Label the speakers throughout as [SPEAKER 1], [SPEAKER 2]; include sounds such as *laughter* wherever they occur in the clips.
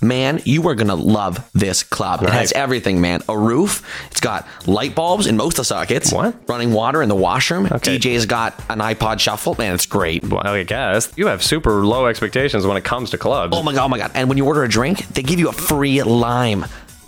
[SPEAKER 1] man, you are gonna love this club. It has everything, man. A roof. It's got light bulbs in most of the sockets.
[SPEAKER 2] What?
[SPEAKER 1] Running water in the washroom.
[SPEAKER 2] Okay.
[SPEAKER 1] DJ's got an iPod shuffle. Man, it's great.
[SPEAKER 2] Well, I guess you have super low expectations when it comes to clubs.
[SPEAKER 1] Oh my god, oh my god. And when you order a drink, they give you a free lime.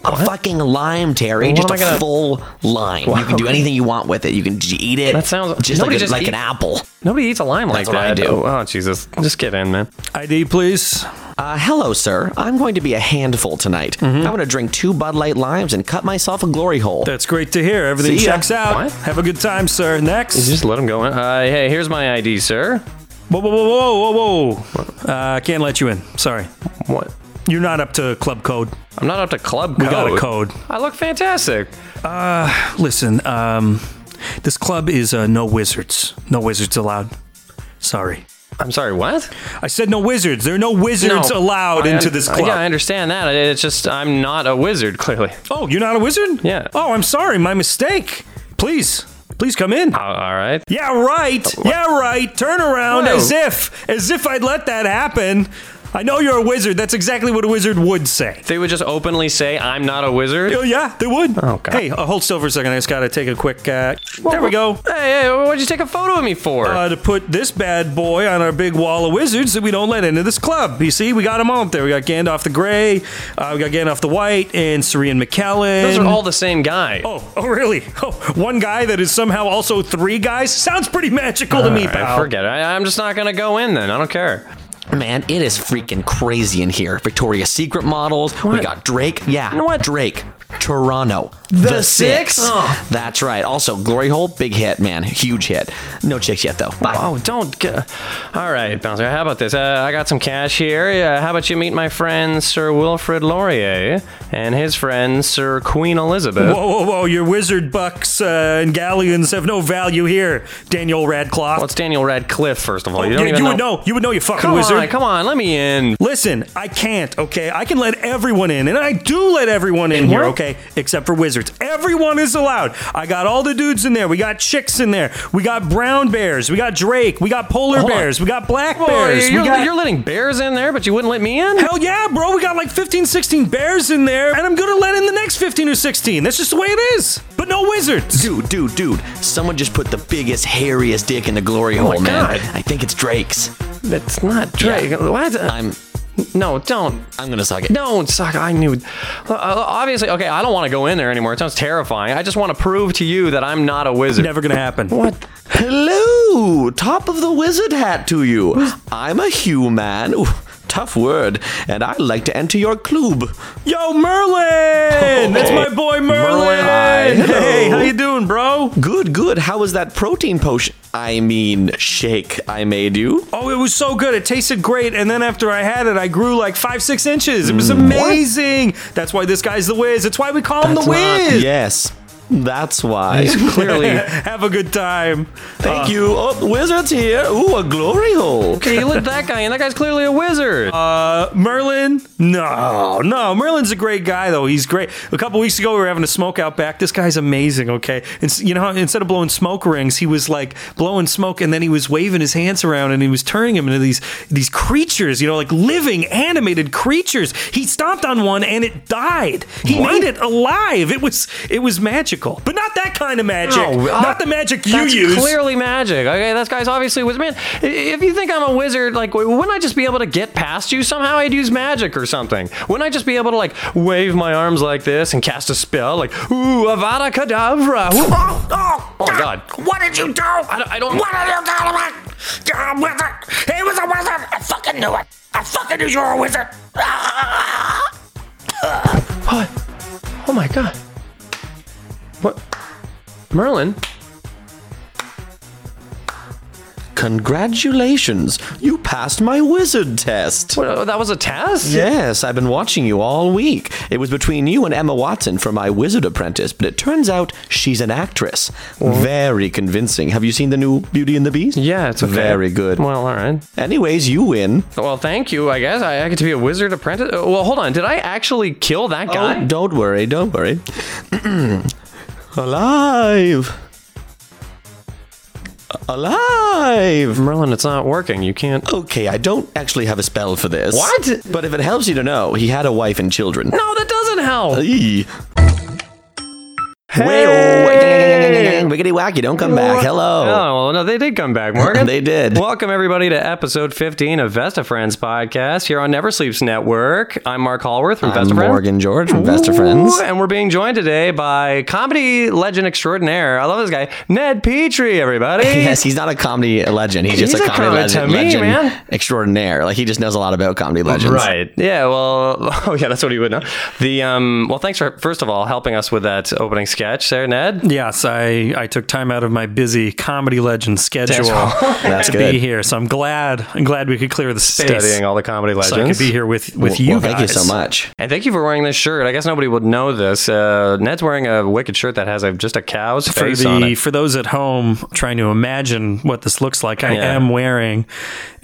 [SPEAKER 1] A fucking lime, Terry.
[SPEAKER 2] What
[SPEAKER 1] just
[SPEAKER 2] am
[SPEAKER 1] a
[SPEAKER 2] I gonna-
[SPEAKER 1] full lime. You can do anything you want with it. You can j- eat it.
[SPEAKER 2] That sounds-
[SPEAKER 1] just like,
[SPEAKER 2] Nobody
[SPEAKER 1] a-
[SPEAKER 2] just
[SPEAKER 1] like
[SPEAKER 2] eat-
[SPEAKER 1] an apple.
[SPEAKER 2] Nobody eats a lime like
[SPEAKER 1] That's what I
[SPEAKER 2] that.
[SPEAKER 1] do.
[SPEAKER 2] Oh, oh, Jesus, just get in, man.
[SPEAKER 3] ID, please.
[SPEAKER 1] Uh, hello, sir. I'm going to be a handful tonight.
[SPEAKER 2] Mm-hmm.
[SPEAKER 1] I'm going to drink two Bud Light limes and cut myself a glory hole.
[SPEAKER 3] That's great to hear. Everything
[SPEAKER 1] See ya.
[SPEAKER 3] checks out.
[SPEAKER 2] What?
[SPEAKER 3] Have a good time, sir. Next.
[SPEAKER 2] Just let him go in. Uh, hey, here's my ID, sir.
[SPEAKER 3] Whoa, whoa, whoa, whoa, whoa, whoa. Uh, I can't let you in. Sorry.
[SPEAKER 2] What?
[SPEAKER 3] You're not up to club code.
[SPEAKER 2] I'm not up to club
[SPEAKER 3] We got a code.
[SPEAKER 2] I look fantastic.
[SPEAKER 3] Listen, um, this club is uh, no wizards. No wizards allowed. Sorry.
[SPEAKER 2] I'm sorry. What?
[SPEAKER 3] I said no wizards. There are no wizards
[SPEAKER 2] No.
[SPEAKER 3] allowed
[SPEAKER 2] I
[SPEAKER 3] into
[SPEAKER 2] un- uh,
[SPEAKER 3] this club.
[SPEAKER 2] Yeah, I understand that. I- It's just I'm not a wizard, clearly.
[SPEAKER 3] oh, you're not a wizard?
[SPEAKER 2] Yeah.
[SPEAKER 3] Oh, I'm sorry. My mistake. Please. Please come in.
[SPEAKER 2] Uh, all right.
[SPEAKER 3] Yeah, right. yeah, right. Turn around
[SPEAKER 2] Whoa.
[SPEAKER 3] as if as if I'd let that happen. I know you're a wizard. That's exactly what a wizard would say.
[SPEAKER 2] They would just openly say I'm not a wizard.
[SPEAKER 3] Oh yeah, they would.
[SPEAKER 2] Oh, God.
[SPEAKER 3] Hey, uh, hold still for a second. I just gotta take a quick. Uh, there we go.
[SPEAKER 2] Hey, hey, what'd you take a photo of me for?
[SPEAKER 3] Uh, to put this bad boy on our big wall of wizards that we don't let into this club. You see, we got them all up there. We got Gandalf the Grey, uh, we got Gandalf the White, and Serene McKellen.
[SPEAKER 2] Those are all the same guy.
[SPEAKER 3] Oh, oh, really? *laughs* Oh, one guy that is somehow also three guys? Sounds pretty magical to me,
[SPEAKER 2] All right,
[SPEAKER 3] pal.
[SPEAKER 2] forget it. I, I'm just not gonna go in then. I don't care.
[SPEAKER 1] Man, it is freaking crazy in here. Victoria's Secret models. We got Drake. Yeah.
[SPEAKER 2] know what?
[SPEAKER 1] Drake. Toronto. The,
[SPEAKER 2] Six? Oh.
[SPEAKER 1] That's right. Also, Glory Hole, big hit, man. Huge hit. No chicks yet, though. Bye.
[SPEAKER 2] Oh, don't. G- All right, bouncer. How about this? Uh, I got some cash here. Uh, how about you meet my friend Sir Wilfrid Laurier and his friend Sir Queen Elizabeth?
[SPEAKER 3] Whoa, whoa, whoa! Your wizard bucks uh, and galleons have no value here, Daniel Radcloth.
[SPEAKER 2] Well, it's Daniel Radcliffe, first of all. You
[SPEAKER 3] Oh, you
[SPEAKER 2] don't even
[SPEAKER 3] would
[SPEAKER 2] know.
[SPEAKER 3] know. You would know. You fucking
[SPEAKER 2] Come
[SPEAKER 3] wizard.
[SPEAKER 2] on, come on. Let me in.
[SPEAKER 3] Listen, I can't. Okay, I can let everyone in, and I do let everyone in here.
[SPEAKER 2] what?
[SPEAKER 3] Okay, except for wizards. Everyone is allowed. I got all the dudes in there. We got chicks in there. We got brown bears. We got Drake. We got polar
[SPEAKER 2] Hold on.
[SPEAKER 3] bears. We got black
[SPEAKER 2] Boy,
[SPEAKER 3] bears.
[SPEAKER 2] you're,
[SPEAKER 3] we got.
[SPEAKER 2] you're letting bears in there, but you wouldn't let me in.
[SPEAKER 3] Hell yeah, bro. We got like 15, 16 bears in there, and I'm gonna let in the next 15 or 16. That's just the way it is. But no wizards.
[SPEAKER 1] Dude, dude, dude. Someone just put the biggest, hairiest dick in the glory hole, man.
[SPEAKER 2] Oh God.
[SPEAKER 1] I think it's Drake's.
[SPEAKER 2] That's not Drake. What?
[SPEAKER 1] I'm
[SPEAKER 2] no, don't.
[SPEAKER 1] I'm gonna suck it.
[SPEAKER 2] Don't suck. I knew. Uh, Obviously, okay. I don't want to go in there anymore. It sounds terrifying. I just want to prove to you that I'm not a wizard.
[SPEAKER 3] Never gonna happen. *laughs*
[SPEAKER 2] What?
[SPEAKER 1] Hello, top of the wizard hat to you. I'm a human. Ooh, tough word, and I'd like to enter your club.
[SPEAKER 3] Yo, Merlin! That's my boy Merlin.
[SPEAKER 1] Merlin. Hi.
[SPEAKER 3] Hey,
[SPEAKER 1] Hello.
[SPEAKER 3] how you doing, bro?
[SPEAKER 1] Good, good. How was that protein potion? I mean, shake I made you.
[SPEAKER 3] Oh, it was so good. It tasted great. And then after I had it, I grew like five, six inches. It was
[SPEAKER 1] Mm.
[SPEAKER 3] amazing. That's why this guy's the whiz. It's why we call him the whiz.
[SPEAKER 1] Yes, that's why.
[SPEAKER 2] Clearly.
[SPEAKER 3] *laughs* Have a good time.
[SPEAKER 1] *laughs* Thank you. Oh, wizard's here. Ooh, a glory hole.
[SPEAKER 2] Okay, you let that guy in. That guy's clearly a wizard.
[SPEAKER 3] Uh, Merlin? No, no. Merlin's a great guy, though. He's great. A couple weeks ago, we were having a smoke out back. This guy's amazing, okay? And s- you know, how instead of blowing smoke rings, he was like blowing smoke and then he was waving his hands around and he was turning them into these, these creatures, you know, like living animated creatures. He stomped on one and it died. He made it alive. It was, it was magical, but not that kind of magic.
[SPEAKER 2] No, uh,
[SPEAKER 3] Oh, not the magic you
[SPEAKER 2] That's
[SPEAKER 3] use.
[SPEAKER 2] clearly magic. Okay, that guy's obviously a wizard. Man, i- if you think I'm a wizard, like, w- wouldn't I just be able to get past you somehow? I'd use magic or something. Wouldn't I just be able to like wave my arms like this and cast a spell, like, ooh, Avada Kedavra? Ooh.
[SPEAKER 4] Oh, oh,
[SPEAKER 2] Oh, God.
[SPEAKER 4] What did you do? I
[SPEAKER 2] don't- I don't-
[SPEAKER 4] What did you do to me? You're a wizard. He was a wizard. I fucking knew it. I fucking knew you were a wizard. Ah!
[SPEAKER 2] What? Oh my god. What? Merlin?
[SPEAKER 1] Congratulations, you passed my wizard test.
[SPEAKER 2] What, uh, that was a test?
[SPEAKER 1] Yes, I've been watching you all week. It was between you and Emma Watson for my wizard apprentice, but it turns out she's an actress. Very convincing. Have you seen the new Beauty and the Beast?
[SPEAKER 2] Yeah, it's okay.
[SPEAKER 1] Very good.
[SPEAKER 2] Well, all right.
[SPEAKER 1] Anyways, you win.
[SPEAKER 2] Well, thank you, I guess. I, I get to be a wizard apprentice. Uh, well, hold on. Did I actually kill that guy?
[SPEAKER 1] Oh, don't worry, don't
[SPEAKER 2] *clears throat*
[SPEAKER 1] worry. Alive. alive.
[SPEAKER 2] Merlin, it's not working. You can't.
[SPEAKER 1] Okay, I don't actually have a spell for this.
[SPEAKER 2] What?
[SPEAKER 1] But if it helps you to know, he had a wife and children.
[SPEAKER 2] No, that doesn't help.
[SPEAKER 1] Hey. Wiggity wacky, don't come back.
[SPEAKER 2] Oh,
[SPEAKER 1] Hello.
[SPEAKER 2] well, no, they did come back,
[SPEAKER 1] *laughs*
[SPEAKER 2] Morgan.
[SPEAKER 1] They did.
[SPEAKER 2] Welcome, everybody, to episode 15 of Vesta Friends podcast here on Never Sleeps Network. I'm Mark Hallworth from Vesta
[SPEAKER 1] I'm
[SPEAKER 2] Friends.
[SPEAKER 1] Morgan George from Vesta Friends.
[SPEAKER 2] Ooh, And we're being joined today by comedy legend extraordinaire. I love this guy, Ned Petrie,
[SPEAKER 1] *laughs*
[SPEAKER 2] everybody.
[SPEAKER 1] Yes, he's not a comedy legend. He's just
[SPEAKER 2] He's
[SPEAKER 1] a
[SPEAKER 2] a
[SPEAKER 1] comedy
[SPEAKER 2] comedy
[SPEAKER 1] legend,
[SPEAKER 2] to me,
[SPEAKER 1] legend
[SPEAKER 2] man.
[SPEAKER 1] extraordinaire. Like he just knows a lot about comedy legends.
[SPEAKER 2] Right. Yeah. Well. *laughs* Oh, yeah. That's what he would know. The um. Well, thanks for first of all helping us with that opening sketch, there, Ned.
[SPEAKER 3] Yes, I, I took time out of my busy comedy legend schedule
[SPEAKER 1] That's
[SPEAKER 3] to
[SPEAKER 1] good.
[SPEAKER 3] be here, so I'm glad I'm glad we could clear the space
[SPEAKER 2] Studying all the comedy legends.
[SPEAKER 3] so I could be here with with
[SPEAKER 1] Well,
[SPEAKER 3] you
[SPEAKER 1] well,
[SPEAKER 3] guys.
[SPEAKER 1] thank you so much.
[SPEAKER 2] And thank you for wearing this shirt. I guess nobody would know this. Uh, Ned's wearing a wicked shirt that has a, just a cow's
[SPEAKER 3] For
[SPEAKER 2] face on
[SPEAKER 3] the
[SPEAKER 2] it.
[SPEAKER 3] for those at home trying to imagine what this looks like, I
[SPEAKER 2] Yeah.
[SPEAKER 3] am wearing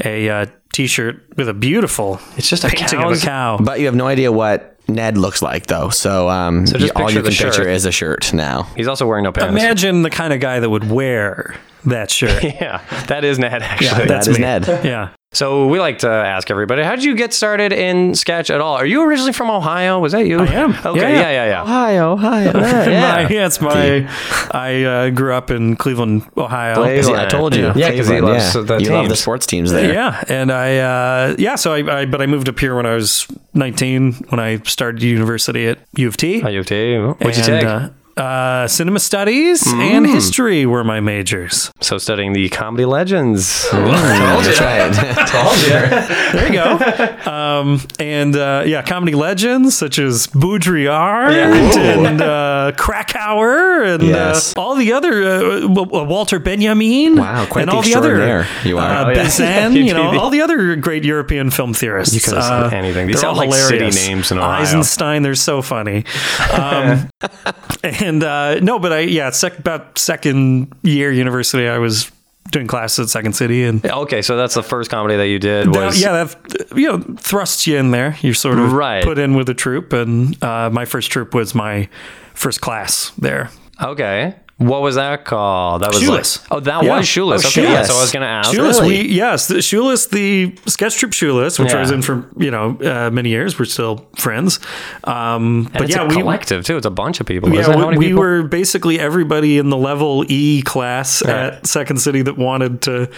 [SPEAKER 3] a uh, t-shirt with a beautiful
[SPEAKER 2] It's just a
[SPEAKER 3] painting of a
[SPEAKER 2] cow's-
[SPEAKER 3] cow.
[SPEAKER 1] But you have no idea what Ned looks like though. So um
[SPEAKER 2] just
[SPEAKER 1] all you
[SPEAKER 2] picture
[SPEAKER 1] can
[SPEAKER 2] the
[SPEAKER 1] picture
[SPEAKER 2] shirt.
[SPEAKER 1] is a shirt now.
[SPEAKER 2] He's also wearing no pants.
[SPEAKER 3] Imagine the kind of guy that would wear that
[SPEAKER 2] *laughs*
[SPEAKER 3] shirt.
[SPEAKER 2] yeah, that is Ned actually.
[SPEAKER 1] That
[SPEAKER 3] That's
[SPEAKER 1] is
[SPEAKER 3] me.
[SPEAKER 2] *laughs*
[SPEAKER 1] Ned.
[SPEAKER 3] yeah.
[SPEAKER 2] so we like to ask everybody, how did you get started in sketch at all? Are you originally from Ohio? Was that you? I
[SPEAKER 3] am.
[SPEAKER 2] Okay. Yeah.
[SPEAKER 3] Yeah, yeah.
[SPEAKER 2] Yeah. Yeah.
[SPEAKER 1] Hi, oh hi.
[SPEAKER 2] *laughs* Yeah.
[SPEAKER 3] My, yeah, it's my. I uh, grew up in Cleveland, Ohio.
[SPEAKER 2] Play-
[SPEAKER 1] See, Oh, I told you.
[SPEAKER 2] Yeah, 'cause he
[SPEAKER 1] Cleveland,
[SPEAKER 2] loves
[SPEAKER 1] yeah.
[SPEAKER 2] the
[SPEAKER 1] You love the
[SPEAKER 2] teams.
[SPEAKER 1] sports teams
[SPEAKER 2] *laughs*
[SPEAKER 1] there.
[SPEAKER 3] Yeah, and I uh, yeah, so I, I but I moved up here when I was 19 when I started university at U of T.
[SPEAKER 2] Oh, you too. What'd you
[SPEAKER 3] and,
[SPEAKER 2] take? Mm.
[SPEAKER 3] Uh, uh, cinema studies and history were my majors.
[SPEAKER 2] so studying the comedy legends.
[SPEAKER 1] Mm, that's right.
[SPEAKER 2] *laughs*
[SPEAKER 3] There you go. um, and uh, yeah, comedy legends such as Baudrillard and uh, Krakauer and
[SPEAKER 1] Yes.
[SPEAKER 3] uh, all the other uh, W- W- Walter Benjamin.
[SPEAKER 1] Wow, quite
[SPEAKER 3] and
[SPEAKER 1] the
[SPEAKER 3] all the other
[SPEAKER 1] extraordinaire you are.
[SPEAKER 3] Uh,
[SPEAKER 2] Oh, yeah. *laughs*
[SPEAKER 3] Bazin,
[SPEAKER 2] You
[SPEAKER 3] you know,
[SPEAKER 2] do.
[SPEAKER 3] all the other great European film theorists. Uh, You
[SPEAKER 2] could have said anything. These sound like city names in Ohio.
[SPEAKER 3] Eisenstein, they're so funny.
[SPEAKER 2] *laughs*
[SPEAKER 3] Um, and uh, no, but I yeah, sec- about second year university, I was doing classes at Second City and.
[SPEAKER 2] okay, so that's the first comedy that you did
[SPEAKER 3] That-
[SPEAKER 2] was
[SPEAKER 3] yeah, that you know thrusts you in there. You're sort of
[SPEAKER 2] Right.
[SPEAKER 3] put in with a troop, and uh, my first troop was my first class there.
[SPEAKER 2] Okay. What was that called? That was
[SPEAKER 3] Shoeless.
[SPEAKER 2] Like, oh, that
[SPEAKER 3] Yeah.
[SPEAKER 2] was shoeless.
[SPEAKER 1] Oh,
[SPEAKER 2] okay, yeah.
[SPEAKER 1] Shoeless.
[SPEAKER 2] So I was gonna ask.
[SPEAKER 3] Shoeless,
[SPEAKER 1] Really?
[SPEAKER 3] we yes, the Shoeless, the sketch troop Shoeless, which
[SPEAKER 2] Yeah.
[SPEAKER 3] I was in for you know uh, many years. We're still friends, um,
[SPEAKER 2] And
[SPEAKER 3] but
[SPEAKER 2] it's
[SPEAKER 3] yeah,
[SPEAKER 2] a
[SPEAKER 3] we
[SPEAKER 2] collective too. It's a bunch of people.
[SPEAKER 3] yeah
[SPEAKER 2] Isn't it? How
[SPEAKER 3] we,
[SPEAKER 2] many
[SPEAKER 3] we
[SPEAKER 2] people?
[SPEAKER 3] were basically everybody in the level E class at Second City that wanted to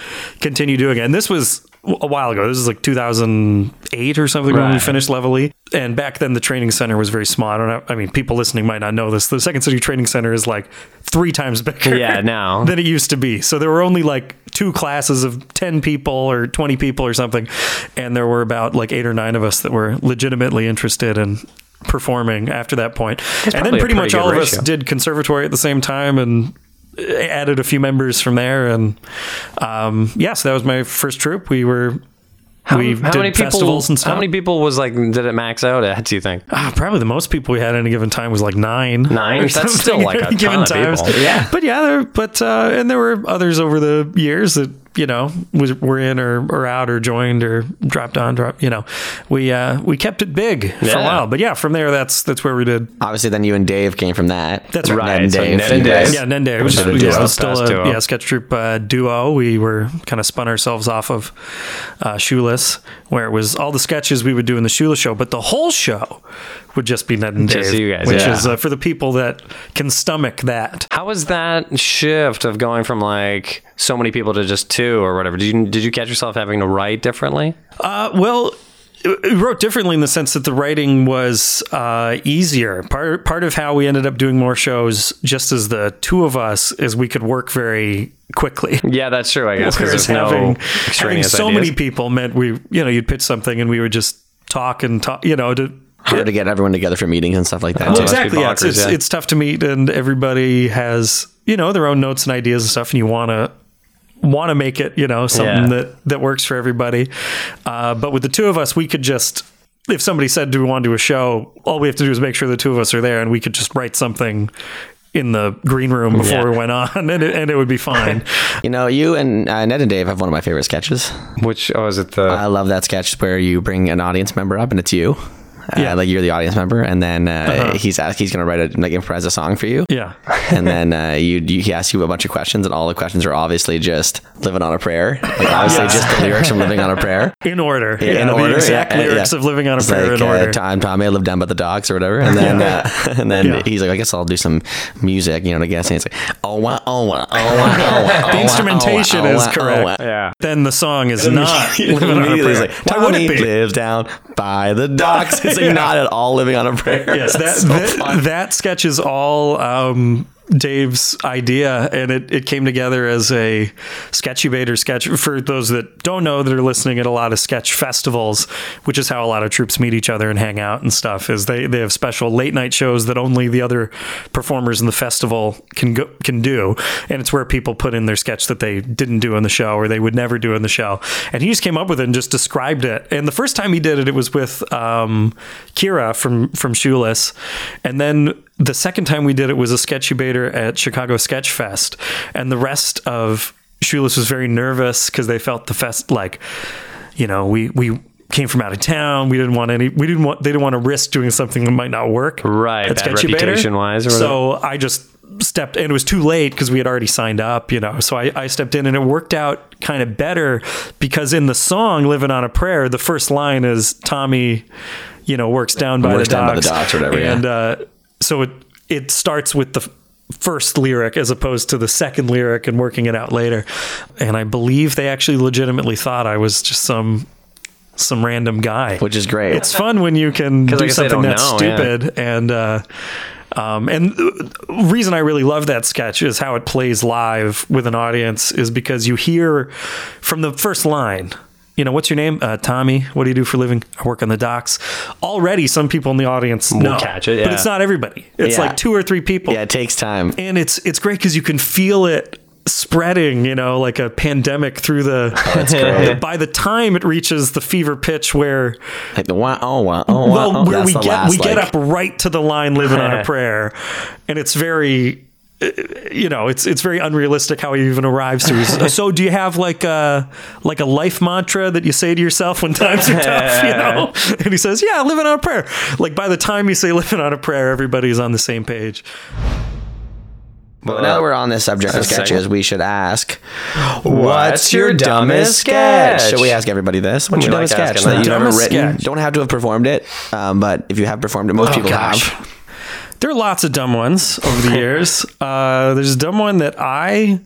[SPEAKER 3] continue doing it, and this was a while ago. This is like 2008 or something when we
[SPEAKER 2] Right.
[SPEAKER 3] finished level E, and back then the training center was very small. I don't know. I mean, people listening might not know this. The Second City Training Center is like three times
[SPEAKER 2] *laughs*
[SPEAKER 3] bigger.
[SPEAKER 2] Yeah, now.
[SPEAKER 3] than it used to be. So there were only like two classes of 10 people or 20 people or something. And there were about like eight or nine of us that were legitimately interested in performing after that point. and then
[SPEAKER 2] probably a
[SPEAKER 3] pretty
[SPEAKER 2] pretty
[SPEAKER 3] much
[SPEAKER 2] good
[SPEAKER 3] all of us
[SPEAKER 2] ratio.
[SPEAKER 3] did conservatory at the same time and added a few members from there. And um, yeah, so that was my first troop. We were. we
[SPEAKER 2] how
[SPEAKER 3] did
[SPEAKER 2] many people?
[SPEAKER 3] festivals and stuff.
[SPEAKER 2] How many people was like? Did it max out at? Do you think?
[SPEAKER 3] Ah, probably the most people we had at any given time was like nine.
[SPEAKER 2] Nine?
[SPEAKER 3] or
[SPEAKER 2] That's
[SPEAKER 3] something
[SPEAKER 2] still like a
[SPEAKER 3] at any
[SPEAKER 2] ton of people.
[SPEAKER 1] Yeah.
[SPEAKER 3] But yeah, there, but uh, and there were others over the years that you know was, were in or, or out or joined or dropped on drop. You know, we uh, we kept it big for a
[SPEAKER 2] Yeah.
[SPEAKER 3] while. But yeah, from there that's that's where we did.
[SPEAKER 1] Obviously, then you and Dave came from that.
[SPEAKER 3] That's right.
[SPEAKER 1] Ned and
[SPEAKER 2] So
[SPEAKER 1] Dave.
[SPEAKER 2] Ned and
[SPEAKER 1] you
[SPEAKER 2] Dave.
[SPEAKER 1] guys-
[SPEAKER 3] Yeah, Nende, which
[SPEAKER 2] Another
[SPEAKER 3] is
[SPEAKER 2] duo.
[SPEAKER 3] yeah, was still
[SPEAKER 2] Best duo.
[SPEAKER 3] a yeah, sketch troupe uh, duo. We were kind of spun ourselves off of uh, Shoeless, where it was all the sketches we would do in the Shoeless show, but the whole show would just be Ned and
[SPEAKER 2] Just
[SPEAKER 3] Dave,
[SPEAKER 2] you guys,
[SPEAKER 3] which
[SPEAKER 2] yeah.
[SPEAKER 3] is uh, for the people that can stomach that.
[SPEAKER 2] How was that shift of going from like so many people to just two or whatever? Did you did you catch yourself having to write differently?
[SPEAKER 3] Uh, well, it wrote differently in the sense that the writing was uh, easier. Part part of how we ended up doing more shows, just as the two of us, is we could work very quickly.
[SPEAKER 2] Yeah, that's true. I guess because
[SPEAKER 3] Whereas
[SPEAKER 2] there's no
[SPEAKER 3] *laughs* having, having
[SPEAKER 2] extraneous
[SPEAKER 3] so
[SPEAKER 2] ideas.
[SPEAKER 3] many people meant we, you know, you'd pitch something and we would just talk and talk, you know, to
[SPEAKER 1] Hard to get everyone together for meetings and stuff like that.
[SPEAKER 3] well,
[SPEAKER 1] too.
[SPEAKER 2] must be
[SPEAKER 3] exactly. Yeah, it's,
[SPEAKER 2] bonkers,
[SPEAKER 3] it's,
[SPEAKER 2] yeah.
[SPEAKER 3] it's tough to meet, and everybody has you know their own notes and ideas and stuff, and you want to want to make it you know something
[SPEAKER 2] Yeah.
[SPEAKER 3] that that works for everybody. Uh, but with the two of us, we could just if somebody said, "Do we want to do a show?" All we have to do is make sure the two of us are there, and we could just write something in the green room before
[SPEAKER 2] Yeah.
[SPEAKER 3] we went on, *laughs* and it, and it would
[SPEAKER 2] *laughs*
[SPEAKER 3] be fine.
[SPEAKER 1] You know, you and uh, Ned and Dave have one of my favorite sketches.
[SPEAKER 2] Which oh, is it the
[SPEAKER 1] Uh, I love that sketch where you bring an audience member up and it's you. Uh,
[SPEAKER 3] Yeah. Uh-huh.
[SPEAKER 1] Like you're the audience member, and then uh, he's asked, he's gonna write a like improvise a song for you.
[SPEAKER 3] Yeah. *laughs*
[SPEAKER 1] and then uh, you, you he asks you a bunch of questions, and all the questions are obviously just living on a prayer. Like obviously
[SPEAKER 3] Yes.
[SPEAKER 1] just the lyrics from Living on a
[SPEAKER 3] *laughs*
[SPEAKER 1] Prayer.
[SPEAKER 3] in order.
[SPEAKER 1] Yeah, in
[SPEAKER 3] the
[SPEAKER 1] order,
[SPEAKER 3] exact
[SPEAKER 1] yeah, yeah,
[SPEAKER 3] lyrics
[SPEAKER 1] yeah.
[SPEAKER 3] of living on a
[SPEAKER 1] It's
[SPEAKER 3] prayer
[SPEAKER 1] like,
[SPEAKER 3] in
[SPEAKER 1] uh,
[SPEAKER 3] order.
[SPEAKER 1] Tom, Tommy, I live down by the docks or whatever, and then uh, and then
[SPEAKER 3] Yeah.
[SPEAKER 1] he's like, I guess I'll do some music, you know, to guess. And it's like, oh wow, oh wow, oh wow, oh wow,
[SPEAKER 3] *laughs* the instrumentation
[SPEAKER 1] oh, wow,
[SPEAKER 3] is
[SPEAKER 1] oh, wow,
[SPEAKER 3] correct.
[SPEAKER 1] Oh, wow.
[SPEAKER 2] Yeah.
[SPEAKER 3] Then the song is *laughs*
[SPEAKER 1] *laughs*
[SPEAKER 3] not living on a
[SPEAKER 1] Uh, Immediately,
[SPEAKER 3] prayer.
[SPEAKER 1] he's like,
[SPEAKER 3] Why would
[SPEAKER 1] Tommy
[SPEAKER 3] it be?
[SPEAKER 1] lives down by the docks. It's like not at all living on a prayer.
[SPEAKER 3] *laughs* yes, that,
[SPEAKER 1] It's so
[SPEAKER 3] that, that sketch is all um, Dave's idea, and it, it came together as a sketchy baiter sketch. For those that don't know that are listening at a lot of sketch festivals, which is how a lot of troops meet each other and hang out and stuff, is they, they have special late night shows that only the other performers in the festival can go, can do, and it's where people put in their sketch that they didn't do in the show or they would never do in the show. And he just came up with it and just described it. And the first time he did it, it was with um, Kira from from Shoeless, and then the second time we did it was a sketchy baiter at Chicago Sketch Fest, and the rest of Shoeless was very nervous because they felt the fest like, you know, we we came from out of town. We didn't want any. We didn't want. They didn't want to risk doing something that might not work.
[SPEAKER 2] Right,
[SPEAKER 3] At
[SPEAKER 2] bad
[SPEAKER 3] sketchy baiter.
[SPEAKER 2] reputation-wise or
[SPEAKER 3] So I just stepped and it was too late because we had already signed up you know so I, I stepped in and it worked out kind of better because in the song living on a prayer the first line is tommy you know works down by,
[SPEAKER 1] Works
[SPEAKER 3] the,
[SPEAKER 1] down by the
[SPEAKER 3] docks,
[SPEAKER 1] docks or whatever, yeah.
[SPEAKER 3] and uh, so it it starts with the f- first lyric as opposed to the second lyric and working it out later and i believe they actually legitimately thought i was just some some random guy
[SPEAKER 1] which is great.
[SPEAKER 3] it's fun when you can do
[SPEAKER 2] I guess they don't
[SPEAKER 3] something that's
[SPEAKER 2] know, yeah.
[SPEAKER 3] stupid and uh um, and the reason I really love that sketch is how it plays live with an audience is because you hear from the first line, you know, what's your name? Uh, Tommy. What do you do for a living? I work on the docks. Already, some people in the audience know,
[SPEAKER 2] catch it,
[SPEAKER 3] but
[SPEAKER 2] yeah.
[SPEAKER 3] it's not everybody. It's
[SPEAKER 1] Yeah.
[SPEAKER 3] like two or three people
[SPEAKER 1] yeah, it takes time.
[SPEAKER 3] and it's it's great because you can feel it spreading you know like a pandemic through the,
[SPEAKER 2] Oh,
[SPEAKER 3] *laughs* by the time it reaches the fever pitch where
[SPEAKER 1] Like the one, oh wow, oh wow,
[SPEAKER 3] well,
[SPEAKER 1] oh,
[SPEAKER 3] where
[SPEAKER 1] that's
[SPEAKER 3] we
[SPEAKER 1] the
[SPEAKER 3] get
[SPEAKER 1] last,
[SPEAKER 3] we get
[SPEAKER 1] like-
[SPEAKER 3] up right to the line living on a prayer and it's very uh, you know it's it's very unrealistic how he even arrives
[SPEAKER 1] *laughs*
[SPEAKER 3] to his, so do you have like a like a life mantra that you say to yourself when times
[SPEAKER 1] *laughs*
[SPEAKER 3] are tough you know and he says yeah living on a prayer like by the time you say *laughs* living on a prayer everybody's on the same page
[SPEAKER 1] But now that we're on this subject of
[SPEAKER 2] That's a
[SPEAKER 1] sketches, we should ask,
[SPEAKER 2] What's your dumbest sketch?
[SPEAKER 1] Should we ask everybody this? What's
[SPEAKER 2] We
[SPEAKER 1] your
[SPEAKER 2] like
[SPEAKER 1] dumbest sketch
[SPEAKER 2] asking
[SPEAKER 1] that
[SPEAKER 2] that.
[SPEAKER 1] you've ever
[SPEAKER 3] Dumbest
[SPEAKER 1] written?
[SPEAKER 3] sketch. Oh,
[SPEAKER 1] Don't have to have performed it, um, but if you have performed it, most people
[SPEAKER 3] gosh.
[SPEAKER 1] have.
[SPEAKER 3] There are lots of dumb ones over the years. Uh, there's a dumb one that I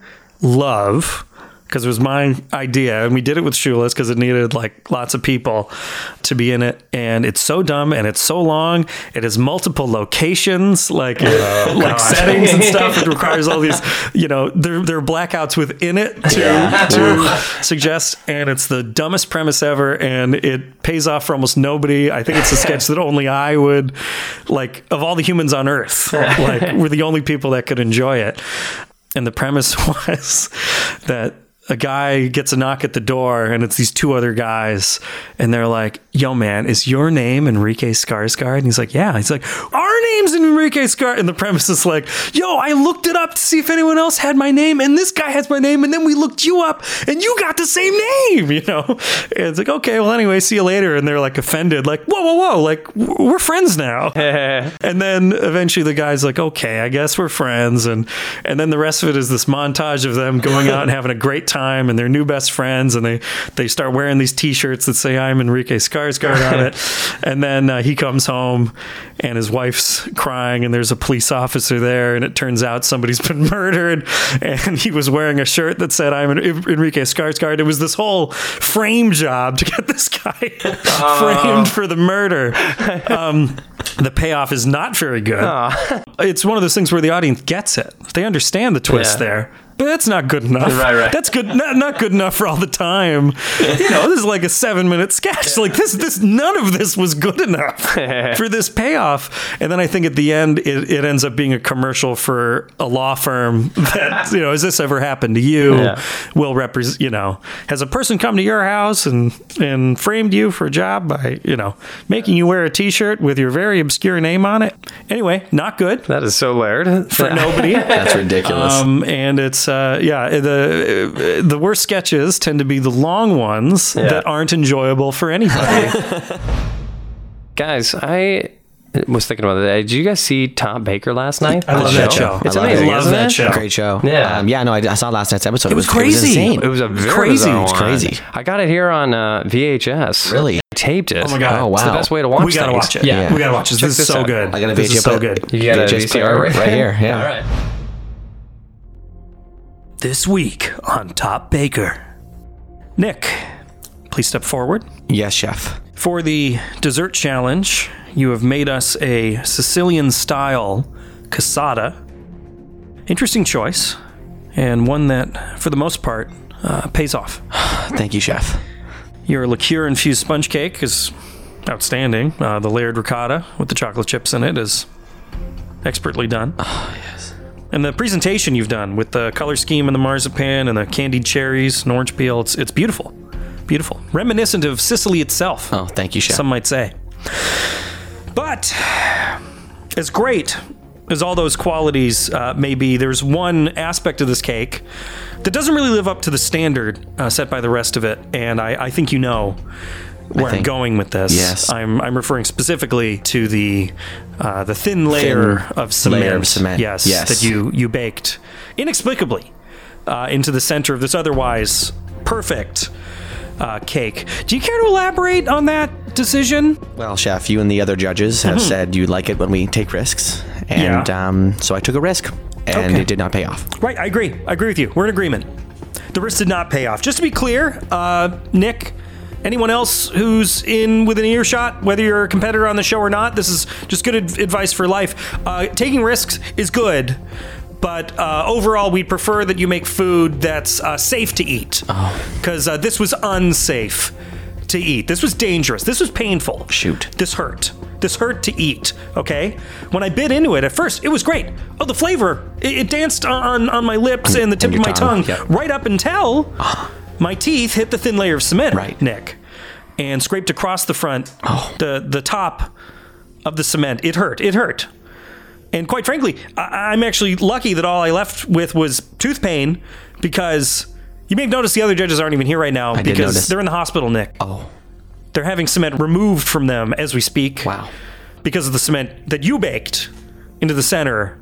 [SPEAKER 3] love because it was my idea, and we did it with Shoeless because it needed like lots of people to be in it. And it's so dumb, and it's so long. It has multiple locations, like *laughs* like settings and stuff. It requires all these, you know, there there are blackouts within it to to suggest. And it's the dumbest premise ever, and it pays off for almost nobody. I think it's a sketch that only I would like of all the humans on Earth. Like we're the only people that could enjoy it. And the premise *laughs* was that a guy gets a knock at the door and it's these two other guys and they're like, Yo man, is your name Enrique Skarsgard? And he's like, Yeah. He's like, Our name's Enrique Skarsgard and the premise is like, Yo, I looked it up to see if anyone else had my name and this guy has my name and then we looked you up and you got the same name, *laughs* you know? And it's like, okay, well anyway, see you later. And they're like offended, like, whoa, whoa, whoa, like w- we're friends now. *laughs* And then eventually the guy's like, "Okay, I guess we're friends." And and then the rest of it is this montage of them going out and having a great time and their new best friends and they they start wearing these t-shirts that say "I'm Enrique Skarsgård" on it. And then uh, he comes home and his wife's crying and there's a police officer there and it turns out somebody's been *laughs* murdered and he was wearing a shirt that said "I'm En- Enrique Skarsgård." It was this whole frame job to get this guy *laughs* framed for the murder the payoff is not very good. It's one of those things where the audience gets it. They understand the twist
[SPEAKER 2] Yeah.
[SPEAKER 3] there. But that's not good enough.
[SPEAKER 2] Right, right.
[SPEAKER 3] That's good. Not, not good enough for all
[SPEAKER 2] *laughs*
[SPEAKER 3] the time. You know, this is like a seven-minute sketch. Like this, this none of this was good
[SPEAKER 2] *laughs*
[SPEAKER 3] enough for this payoff. And then I think at the end, it, it ends up being a commercial for a law firm. *laughs* That you know, has this ever happened to you?
[SPEAKER 2] Yeah.
[SPEAKER 3] Will represent. You know, has a person come to your house and and framed you for a job by you know making you wear a T-shirt with your very obscure name on it? Anyway, not good
[SPEAKER 2] That is so layered.
[SPEAKER 3] for nobody.
[SPEAKER 1] That's *laughs* ridiculous.
[SPEAKER 3] Um, and it's uh, yeah, the the worst sketches tend to be the long ones that aren't enjoyable for anybody.
[SPEAKER 2] guys, I was thinking about that. Did you guys see Tom Baker last night?
[SPEAKER 3] I love that show.
[SPEAKER 2] It's
[SPEAKER 1] I love
[SPEAKER 2] amazing.
[SPEAKER 1] it. I love
[SPEAKER 2] isn't
[SPEAKER 3] that
[SPEAKER 2] it?
[SPEAKER 3] show.
[SPEAKER 1] Great show.
[SPEAKER 2] Yeah.
[SPEAKER 1] um, yeah. No, I, I saw last night's episode. It
[SPEAKER 3] was crazy.
[SPEAKER 1] insane.
[SPEAKER 2] It was a very
[SPEAKER 3] crazy.
[SPEAKER 2] bizarre
[SPEAKER 3] It's
[SPEAKER 2] one.
[SPEAKER 1] crazy.
[SPEAKER 2] I got it here on uh, VHS.
[SPEAKER 1] Really?
[SPEAKER 2] I taped it.
[SPEAKER 3] Oh my God.
[SPEAKER 1] Oh,
[SPEAKER 2] It's the
[SPEAKER 1] wow.
[SPEAKER 2] best way to *laughs* watch.
[SPEAKER 3] we gotta
[SPEAKER 2] things.
[SPEAKER 3] watch it.
[SPEAKER 1] Yeah.
[SPEAKER 3] we gotta watch this.
[SPEAKER 2] Check
[SPEAKER 3] this is
[SPEAKER 2] this
[SPEAKER 3] so
[SPEAKER 2] out.
[SPEAKER 3] good.
[SPEAKER 1] I got a
[SPEAKER 3] this
[SPEAKER 1] VHS
[SPEAKER 3] is so
[SPEAKER 1] put-
[SPEAKER 3] good.
[SPEAKER 2] You got a
[SPEAKER 1] VHS player
[SPEAKER 2] VCR right,
[SPEAKER 1] right here, yeah.
[SPEAKER 2] All right.
[SPEAKER 3] This week on Top Baker, Nick, please step forward.
[SPEAKER 1] Yes, chef.
[SPEAKER 3] For the dessert challenge, you have made us a Sicilian style cassata. Interesting choice, and one that, for the most part, uh, pays off.
[SPEAKER 1] Thank you, chef.
[SPEAKER 3] Your liqueur infused sponge cake is outstanding. Uh, the layered ricotta with the chocolate chips in it is expertly done. Oh, yes. And the presentation you've done with the color scheme and the marzipan and the candied cherries and orange peel, it's, it's beautiful. Beautiful. Reminiscent of Sicily itself
[SPEAKER 1] Oh, thank you, chef.
[SPEAKER 3] some might say. But as great as all those qualities uh, may be, there's one aspect of this cake that doesn't really live up to the standard uh, set by the rest of it, and I, I think you know where I'm
[SPEAKER 1] think-
[SPEAKER 3] going with this.
[SPEAKER 1] Yes.
[SPEAKER 3] I'm, I'm referring specifically to the uh, the thin layer of cement.
[SPEAKER 1] layer of cement,
[SPEAKER 3] Yes,
[SPEAKER 1] yes.
[SPEAKER 3] that you you baked inexplicably uh, into the center of this otherwise perfect uh, cake. Do you care to elaborate on that decision?
[SPEAKER 1] Well, chef, you and the other judges have said you like it when we take risks, and
[SPEAKER 3] Yeah.
[SPEAKER 1] um, so I took a risk, and
[SPEAKER 3] Okay.
[SPEAKER 1] it did not pay off.
[SPEAKER 3] Right, I agree. I agree with you. We're in agreement. The risk did not pay off. Just to be clear, uh, Nick, anyone else who's in with an earshot, whether you're a competitor on the show or not, this is just good ad- advice for life. Uh, taking risks is good. But uh, overall, we prefer that you make food that's uh, safe to eat. Because uh, this was unsafe to eat. This was dangerous. This was painful.
[SPEAKER 1] Shoot.
[SPEAKER 3] This hurt. This hurt to eat. Okay. When I bit into it at first, it was great. Oh, the flavor! It, it danced on, on on my lips and the tip
[SPEAKER 1] your
[SPEAKER 3] of my tongue,
[SPEAKER 1] tongue, yeah. Ah.
[SPEAKER 3] right up until my teeth hit the thin layer of cement.
[SPEAKER 1] Right. Oh.
[SPEAKER 3] Nick, and scraped across the front, the the top of the cement. It hurt. It hurt. And quite frankly, I, I'm actually lucky that all I left with was tooth pain because you may have noticed the other judges aren't even here right now
[SPEAKER 1] did
[SPEAKER 3] because
[SPEAKER 1] notice.
[SPEAKER 3] they're in the hospital, Nick.
[SPEAKER 1] Oh,
[SPEAKER 3] They're having cement removed from them as we speak.
[SPEAKER 1] wow.
[SPEAKER 3] Because of the cement that you baked into the center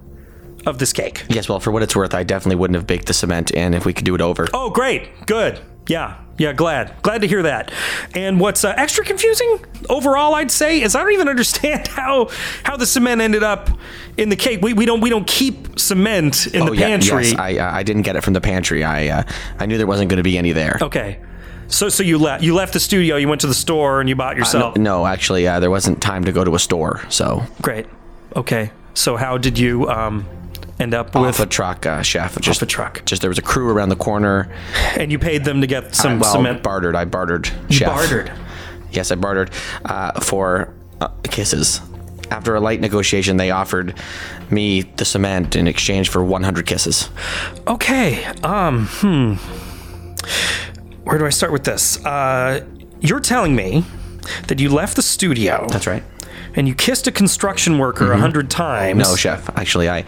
[SPEAKER 3] of this cake.
[SPEAKER 1] Yes, well, for what it's worth, I definitely wouldn't have baked the cement, and if we could do it over,
[SPEAKER 3] Oh, great. Good. Yeah. Yeah, glad. Glad to hear that. And what's uh, extra confusing overall, I'd say, is I don't even *laughs* understand how how the cement ended up in the cake. We, we don't we don't keep cement in
[SPEAKER 1] Oh,
[SPEAKER 3] the
[SPEAKER 1] yeah,
[SPEAKER 3] pantry.
[SPEAKER 1] yes, I, uh, I didn't get it from the pantry. I uh, I knew there wasn't going to be any there.
[SPEAKER 3] okay. So so you left you left the studio, you went to the store and you bought
[SPEAKER 1] Uh, No,
[SPEAKER 3] yourself.
[SPEAKER 1] no, actually, uh, there wasn't time to go to a store, so
[SPEAKER 3] Great. Okay. So how did you um end up
[SPEAKER 1] off
[SPEAKER 3] with
[SPEAKER 1] a truck, uh, chef. Just
[SPEAKER 3] a truck.
[SPEAKER 1] Just there was a crew around the corner.
[SPEAKER 3] and you paid them to get some
[SPEAKER 1] I, well,
[SPEAKER 3] cement
[SPEAKER 1] bartered. I bartered. Chef.
[SPEAKER 3] bartered.
[SPEAKER 1] Yes, I bartered uh, for uh, kisses. After a light negotiation, they offered me the cement in exchange for 100 kisses.
[SPEAKER 3] Okay. Um. Hmm. Where do I start with this? Uh, you're telling me that you left the studio
[SPEAKER 1] That's right.
[SPEAKER 3] and you kissed a construction worker a hundred times.
[SPEAKER 1] No, chef. Actually, I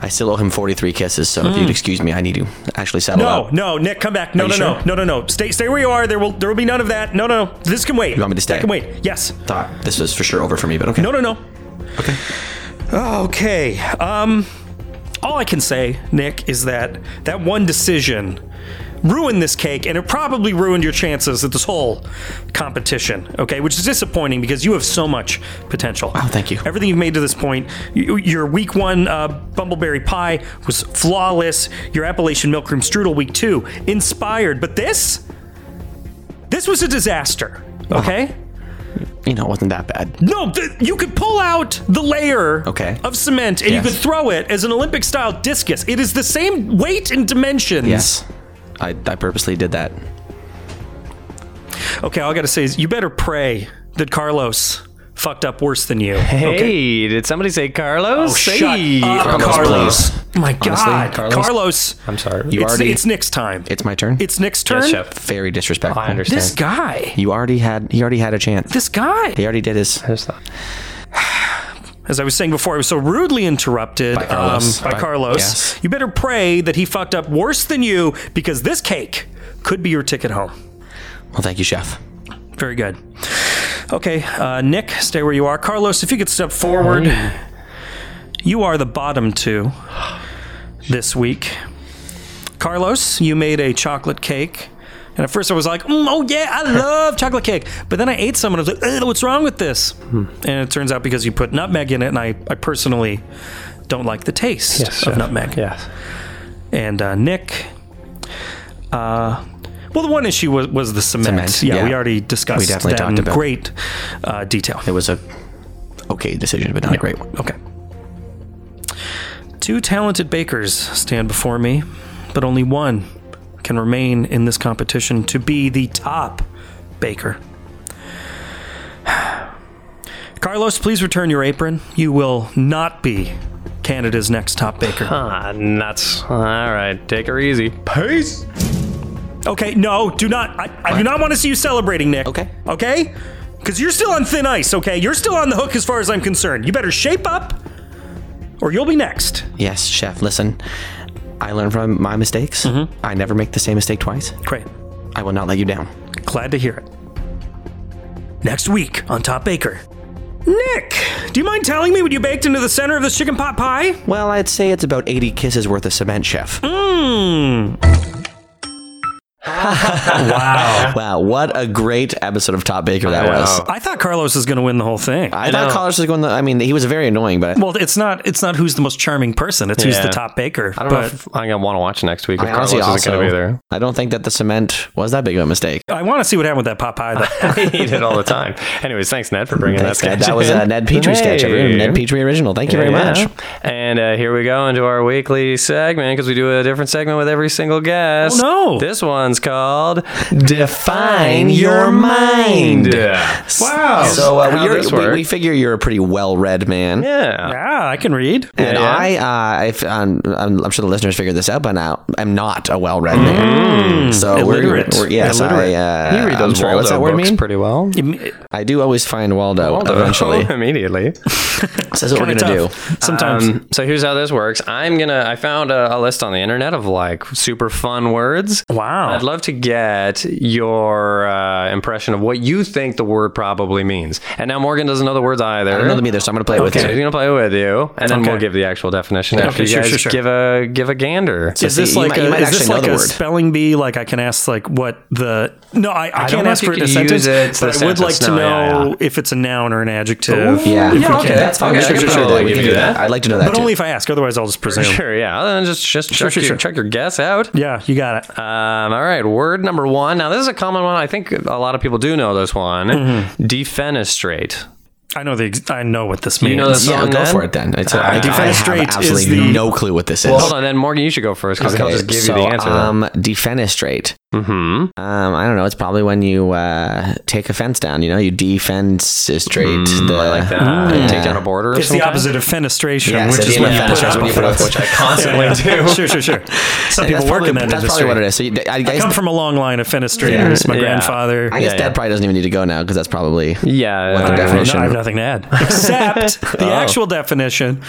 [SPEAKER 1] I still owe him 43 kisses. So if you'd excuse me, I need to actually settle
[SPEAKER 3] No,
[SPEAKER 1] up.
[SPEAKER 3] no, Nick, come back. No, no,
[SPEAKER 1] you
[SPEAKER 3] no,
[SPEAKER 1] sure?
[SPEAKER 3] no, no, no. Stay, stay where you are. There will, there will be none of that. No, no, no. This can wait. You
[SPEAKER 1] want me to stay?
[SPEAKER 3] That can wait. Yes.
[SPEAKER 1] Thought this was for sure over for me, but okay.
[SPEAKER 3] No, no, no. Okay. Okay. Um, all I can say, Nick, is that that one decision ruined this cake, and it probably ruined your chances at this whole competition. Okay, which is disappointing because you have so much potential. Oh,
[SPEAKER 1] thank you.
[SPEAKER 3] Everything you've made to this point, y- your week one uh, bumbleberry pie was flawless. Your Appalachian milk cream strudel week two inspired, but this, this was a disaster.
[SPEAKER 1] Uh-huh.
[SPEAKER 3] Okay.
[SPEAKER 1] You know, it wasn't that bad.
[SPEAKER 3] No, th- you could pull out the layer
[SPEAKER 1] Okay.
[SPEAKER 3] of cement and
[SPEAKER 1] Yes.
[SPEAKER 3] you could throw it as an Olympic style discus. It is the same weight and dimensions.
[SPEAKER 1] Yes. I, I purposely did that.
[SPEAKER 3] Okay, all I got to say is you better pray that Carlos fucked up worse than you.
[SPEAKER 2] Hey,
[SPEAKER 3] okay? Oh,
[SPEAKER 2] did somebody say Carlos?
[SPEAKER 3] shut
[SPEAKER 2] Hey.
[SPEAKER 3] up,
[SPEAKER 1] Carlos,
[SPEAKER 3] Carlos. My God,
[SPEAKER 1] Carlos?
[SPEAKER 3] Carlos.
[SPEAKER 2] I'm sorry.
[SPEAKER 1] You
[SPEAKER 3] it's,
[SPEAKER 1] already.
[SPEAKER 3] it's Nick's time.
[SPEAKER 1] it's my turn.
[SPEAKER 3] It's Nick's turn.
[SPEAKER 2] chef.
[SPEAKER 1] very disrespectful.
[SPEAKER 2] I understand.
[SPEAKER 3] This guy.
[SPEAKER 1] You already had. He already had a chance.
[SPEAKER 3] This guy.
[SPEAKER 1] He already did his.
[SPEAKER 2] There's that.
[SPEAKER 3] as I was saying before, I was so rudely interrupted by
[SPEAKER 1] Carlos.
[SPEAKER 3] by
[SPEAKER 1] By-
[SPEAKER 3] Carlos.
[SPEAKER 1] yes.
[SPEAKER 3] You better pray that he fucked up worse than you because this cake could be your ticket home.
[SPEAKER 1] Well, thank you, chef.
[SPEAKER 3] Very good. Okay, uh, Nick, stay where you are. Carlos, if you could step forward. You are the bottom two this week. Carlos, you made a chocolate cake. And at first I was like, mm, oh yeah, I love chocolate cake. But then I ate some and I was like, "Ugh, what's wrong with this? And it turns out because you put nutmeg in it, and I, I personally don't like the taste of
[SPEAKER 2] chef.
[SPEAKER 3] nutmeg.
[SPEAKER 2] Yes.
[SPEAKER 3] And uh, Nick, uh, well, the one issue was, was the cement.
[SPEAKER 1] Cement,
[SPEAKER 3] Yeah,
[SPEAKER 1] yeah.
[SPEAKER 3] we already discussed
[SPEAKER 1] We definitely
[SPEAKER 3] that
[SPEAKER 1] talked
[SPEAKER 3] in
[SPEAKER 1] about it.
[SPEAKER 3] great uh, detail.
[SPEAKER 1] It was a okay decision, but not a great one.
[SPEAKER 3] Okay. Two talented bakers stand before me, but only one can remain in this competition to be the top baker. *sighs* Carlos, please return your apron. You will not be Canada's next top baker.
[SPEAKER 2] Ah, nuts. All right, take her easy. Peace.
[SPEAKER 3] Okay, no, do not. I, I do not want to see you celebrating, Nick.
[SPEAKER 1] Okay.
[SPEAKER 3] Okay? Because you're still on thin ice, okay? You're still on the hook as far as I'm concerned. You better shape up, or you'll be next.
[SPEAKER 1] Yes, chef. Listen, I learn from my mistakes. I never make the same mistake twice.
[SPEAKER 3] Great.
[SPEAKER 1] I will not let you down.
[SPEAKER 3] Glad to hear it. Next week on Top Baker. Nick, do you mind telling me what you baked into the center of this chicken pot pie?
[SPEAKER 1] Well, I'd say it's about 80 kisses worth of cement, chef.
[SPEAKER 3] Hmm.
[SPEAKER 1] *laughs*
[SPEAKER 3] Wow.
[SPEAKER 1] Wow, what a great episode of Top Baker that was.
[SPEAKER 3] I thought Carlos was going to win the whole thing.
[SPEAKER 1] I thought Carlos was going. To, I mean, he was very annoying, but
[SPEAKER 3] well, it's not it's not who's the most charming person. It's who's
[SPEAKER 2] Yeah.
[SPEAKER 3] the top baker.
[SPEAKER 2] I don't know
[SPEAKER 3] but
[SPEAKER 2] if I'm gonna want to watch next week. If
[SPEAKER 1] I
[SPEAKER 2] Carlos
[SPEAKER 1] honestly
[SPEAKER 2] isn't gonna be
[SPEAKER 1] also,
[SPEAKER 2] there.
[SPEAKER 1] I don't think that the cement was that big of a mistake.
[SPEAKER 3] I want to see what happened with that pot pie. Though.
[SPEAKER 2] *laughs* he did it all the time. Anyways, thanks Ned for bringing
[SPEAKER 1] Thanks,
[SPEAKER 2] that sketch.
[SPEAKER 1] Ned. That was a *laughs*
[SPEAKER 2] in.
[SPEAKER 1] Ned Petrie sketch.
[SPEAKER 2] Hey.
[SPEAKER 1] everyone. Ned Petrie original. Thank you very
[SPEAKER 2] Yeah.
[SPEAKER 1] much.
[SPEAKER 2] And uh, here we go into our weekly segment because we do a different segment with every single guest.
[SPEAKER 3] Oh, no.
[SPEAKER 2] This one's called
[SPEAKER 1] Define your mind.
[SPEAKER 2] Wow.
[SPEAKER 1] So uh,
[SPEAKER 2] How
[SPEAKER 1] you're,
[SPEAKER 2] this
[SPEAKER 1] we, we
[SPEAKER 2] works.
[SPEAKER 1] figure you're a pretty well-read man.
[SPEAKER 2] yeah.
[SPEAKER 3] yeah, I can read.
[SPEAKER 1] And
[SPEAKER 2] Oh, Yeah.
[SPEAKER 1] I, uh, if, um, I'm, I'm sure the listeners figured this out by now, I'm not a well-read
[SPEAKER 2] Mm-hmm.
[SPEAKER 1] man. So
[SPEAKER 3] Illiterate.
[SPEAKER 1] we're, we're yes,
[SPEAKER 3] Illiterate.
[SPEAKER 1] I, uh,
[SPEAKER 2] you read
[SPEAKER 1] I'm
[SPEAKER 2] those
[SPEAKER 1] sorry, what's that
[SPEAKER 2] Waldo
[SPEAKER 1] word
[SPEAKER 2] books
[SPEAKER 1] mean?
[SPEAKER 2] pretty well.
[SPEAKER 1] I do always find Waldo,
[SPEAKER 2] *laughs*
[SPEAKER 1] eventually.
[SPEAKER 2] immediately.
[SPEAKER 1] so that's what we're
[SPEAKER 3] Kinda
[SPEAKER 1] gonna
[SPEAKER 3] tough
[SPEAKER 1] do.
[SPEAKER 3] Sometimes.
[SPEAKER 2] Um, so here's how this works. I'm gonna. I found a, a list on the internet of like super fun words.
[SPEAKER 3] Wow.
[SPEAKER 2] I'd love to get your uh, impression of what you think the word probably means. And now Morgan doesn't know the words either.
[SPEAKER 1] I don't know the meter, so I'm gonna play it
[SPEAKER 2] So
[SPEAKER 1] with
[SPEAKER 2] he's
[SPEAKER 1] you.
[SPEAKER 2] gonna play with you, and then
[SPEAKER 3] Okay.
[SPEAKER 2] we'll give the actual definition after
[SPEAKER 3] Okay,
[SPEAKER 2] you
[SPEAKER 3] sure,
[SPEAKER 2] guys
[SPEAKER 3] sure, sure.
[SPEAKER 2] give a give a gander.
[SPEAKER 3] is this
[SPEAKER 1] You
[SPEAKER 3] like
[SPEAKER 1] might-
[SPEAKER 3] a,
[SPEAKER 1] you might
[SPEAKER 3] is this
[SPEAKER 1] actually know
[SPEAKER 3] like
[SPEAKER 1] the
[SPEAKER 3] a
[SPEAKER 1] word.
[SPEAKER 3] spelling bee? Like I can ask like what the no, I, I,
[SPEAKER 2] don't
[SPEAKER 3] can't
[SPEAKER 2] know
[SPEAKER 3] ask
[SPEAKER 2] if you
[SPEAKER 3] for it in a
[SPEAKER 2] could use
[SPEAKER 3] sentence.
[SPEAKER 2] it to
[SPEAKER 3] but I would
[SPEAKER 2] sentence.
[SPEAKER 3] like
[SPEAKER 2] No,
[SPEAKER 3] to
[SPEAKER 2] yeah,
[SPEAKER 3] know if it's a noun or an adjective.
[SPEAKER 1] Yeah,
[SPEAKER 2] Yeah, okay, that's fine.
[SPEAKER 1] We
[SPEAKER 2] Okay,
[SPEAKER 1] can
[SPEAKER 2] I can
[SPEAKER 1] do that.
[SPEAKER 2] probably
[SPEAKER 1] We
[SPEAKER 2] give
[SPEAKER 1] can
[SPEAKER 2] you
[SPEAKER 1] do
[SPEAKER 2] that.
[SPEAKER 1] that. I'd like to know that
[SPEAKER 3] But
[SPEAKER 1] too.
[SPEAKER 3] only if I ask. Otherwise, I'll just presume.
[SPEAKER 2] Sure, yeah. Other than just just check,
[SPEAKER 3] sure,
[SPEAKER 2] your,
[SPEAKER 3] sure.
[SPEAKER 2] check your guess out.
[SPEAKER 3] Yeah, you got it.
[SPEAKER 2] Um, all right, word number one. Now this is a common one. I think a lot of people do know this one.
[SPEAKER 3] Mm-hmm.
[SPEAKER 2] Defenestrate.
[SPEAKER 3] I know the. ex- I know what this means.
[SPEAKER 2] know this-
[SPEAKER 1] Yeah,
[SPEAKER 2] song
[SPEAKER 1] go
[SPEAKER 2] then?
[SPEAKER 1] for it then. It's,
[SPEAKER 3] Uh,
[SPEAKER 1] I, I have
[SPEAKER 3] defenestrate is
[SPEAKER 1] absolutely
[SPEAKER 3] the-
[SPEAKER 1] no clue what this is.
[SPEAKER 2] Hold on, then Morgan, you should go first because I'll just give
[SPEAKER 1] so,
[SPEAKER 2] you the answer.
[SPEAKER 1] Um, defenestrate.
[SPEAKER 2] mm-hmm.
[SPEAKER 1] Um, I don't know. It's probably when you uh, take a fence down. You know, you defenestrate the.
[SPEAKER 2] Mm, I like that.
[SPEAKER 1] yeah.
[SPEAKER 2] Take down a border. Or
[SPEAKER 3] It's the
[SPEAKER 2] something?
[SPEAKER 3] opposite of fenestration,
[SPEAKER 1] Yes,
[SPEAKER 3] which
[SPEAKER 1] it's
[SPEAKER 3] is
[SPEAKER 1] the
[SPEAKER 3] when you put
[SPEAKER 1] fenestration,
[SPEAKER 3] up
[SPEAKER 1] when you put up, which I
[SPEAKER 3] constantly do. Sure, sure, sure. Some people work
[SPEAKER 1] probably,
[SPEAKER 3] in that
[SPEAKER 1] That's
[SPEAKER 3] industry.
[SPEAKER 1] probably what it is. So you, I
[SPEAKER 3] I
[SPEAKER 1] guess,
[SPEAKER 3] come from a long line of fenestrators. My
[SPEAKER 2] Yeah.
[SPEAKER 3] grandfather.
[SPEAKER 1] I guess
[SPEAKER 2] yeah,
[SPEAKER 1] Dad
[SPEAKER 2] yeah.
[SPEAKER 1] probably doesn't even need to go now because that's probably.
[SPEAKER 2] Yeah.
[SPEAKER 1] Like
[SPEAKER 2] uh,
[SPEAKER 1] the
[SPEAKER 3] I have no- I
[SPEAKER 1] definition.
[SPEAKER 3] have nothing to add *laughs* Oh. except the actual definition.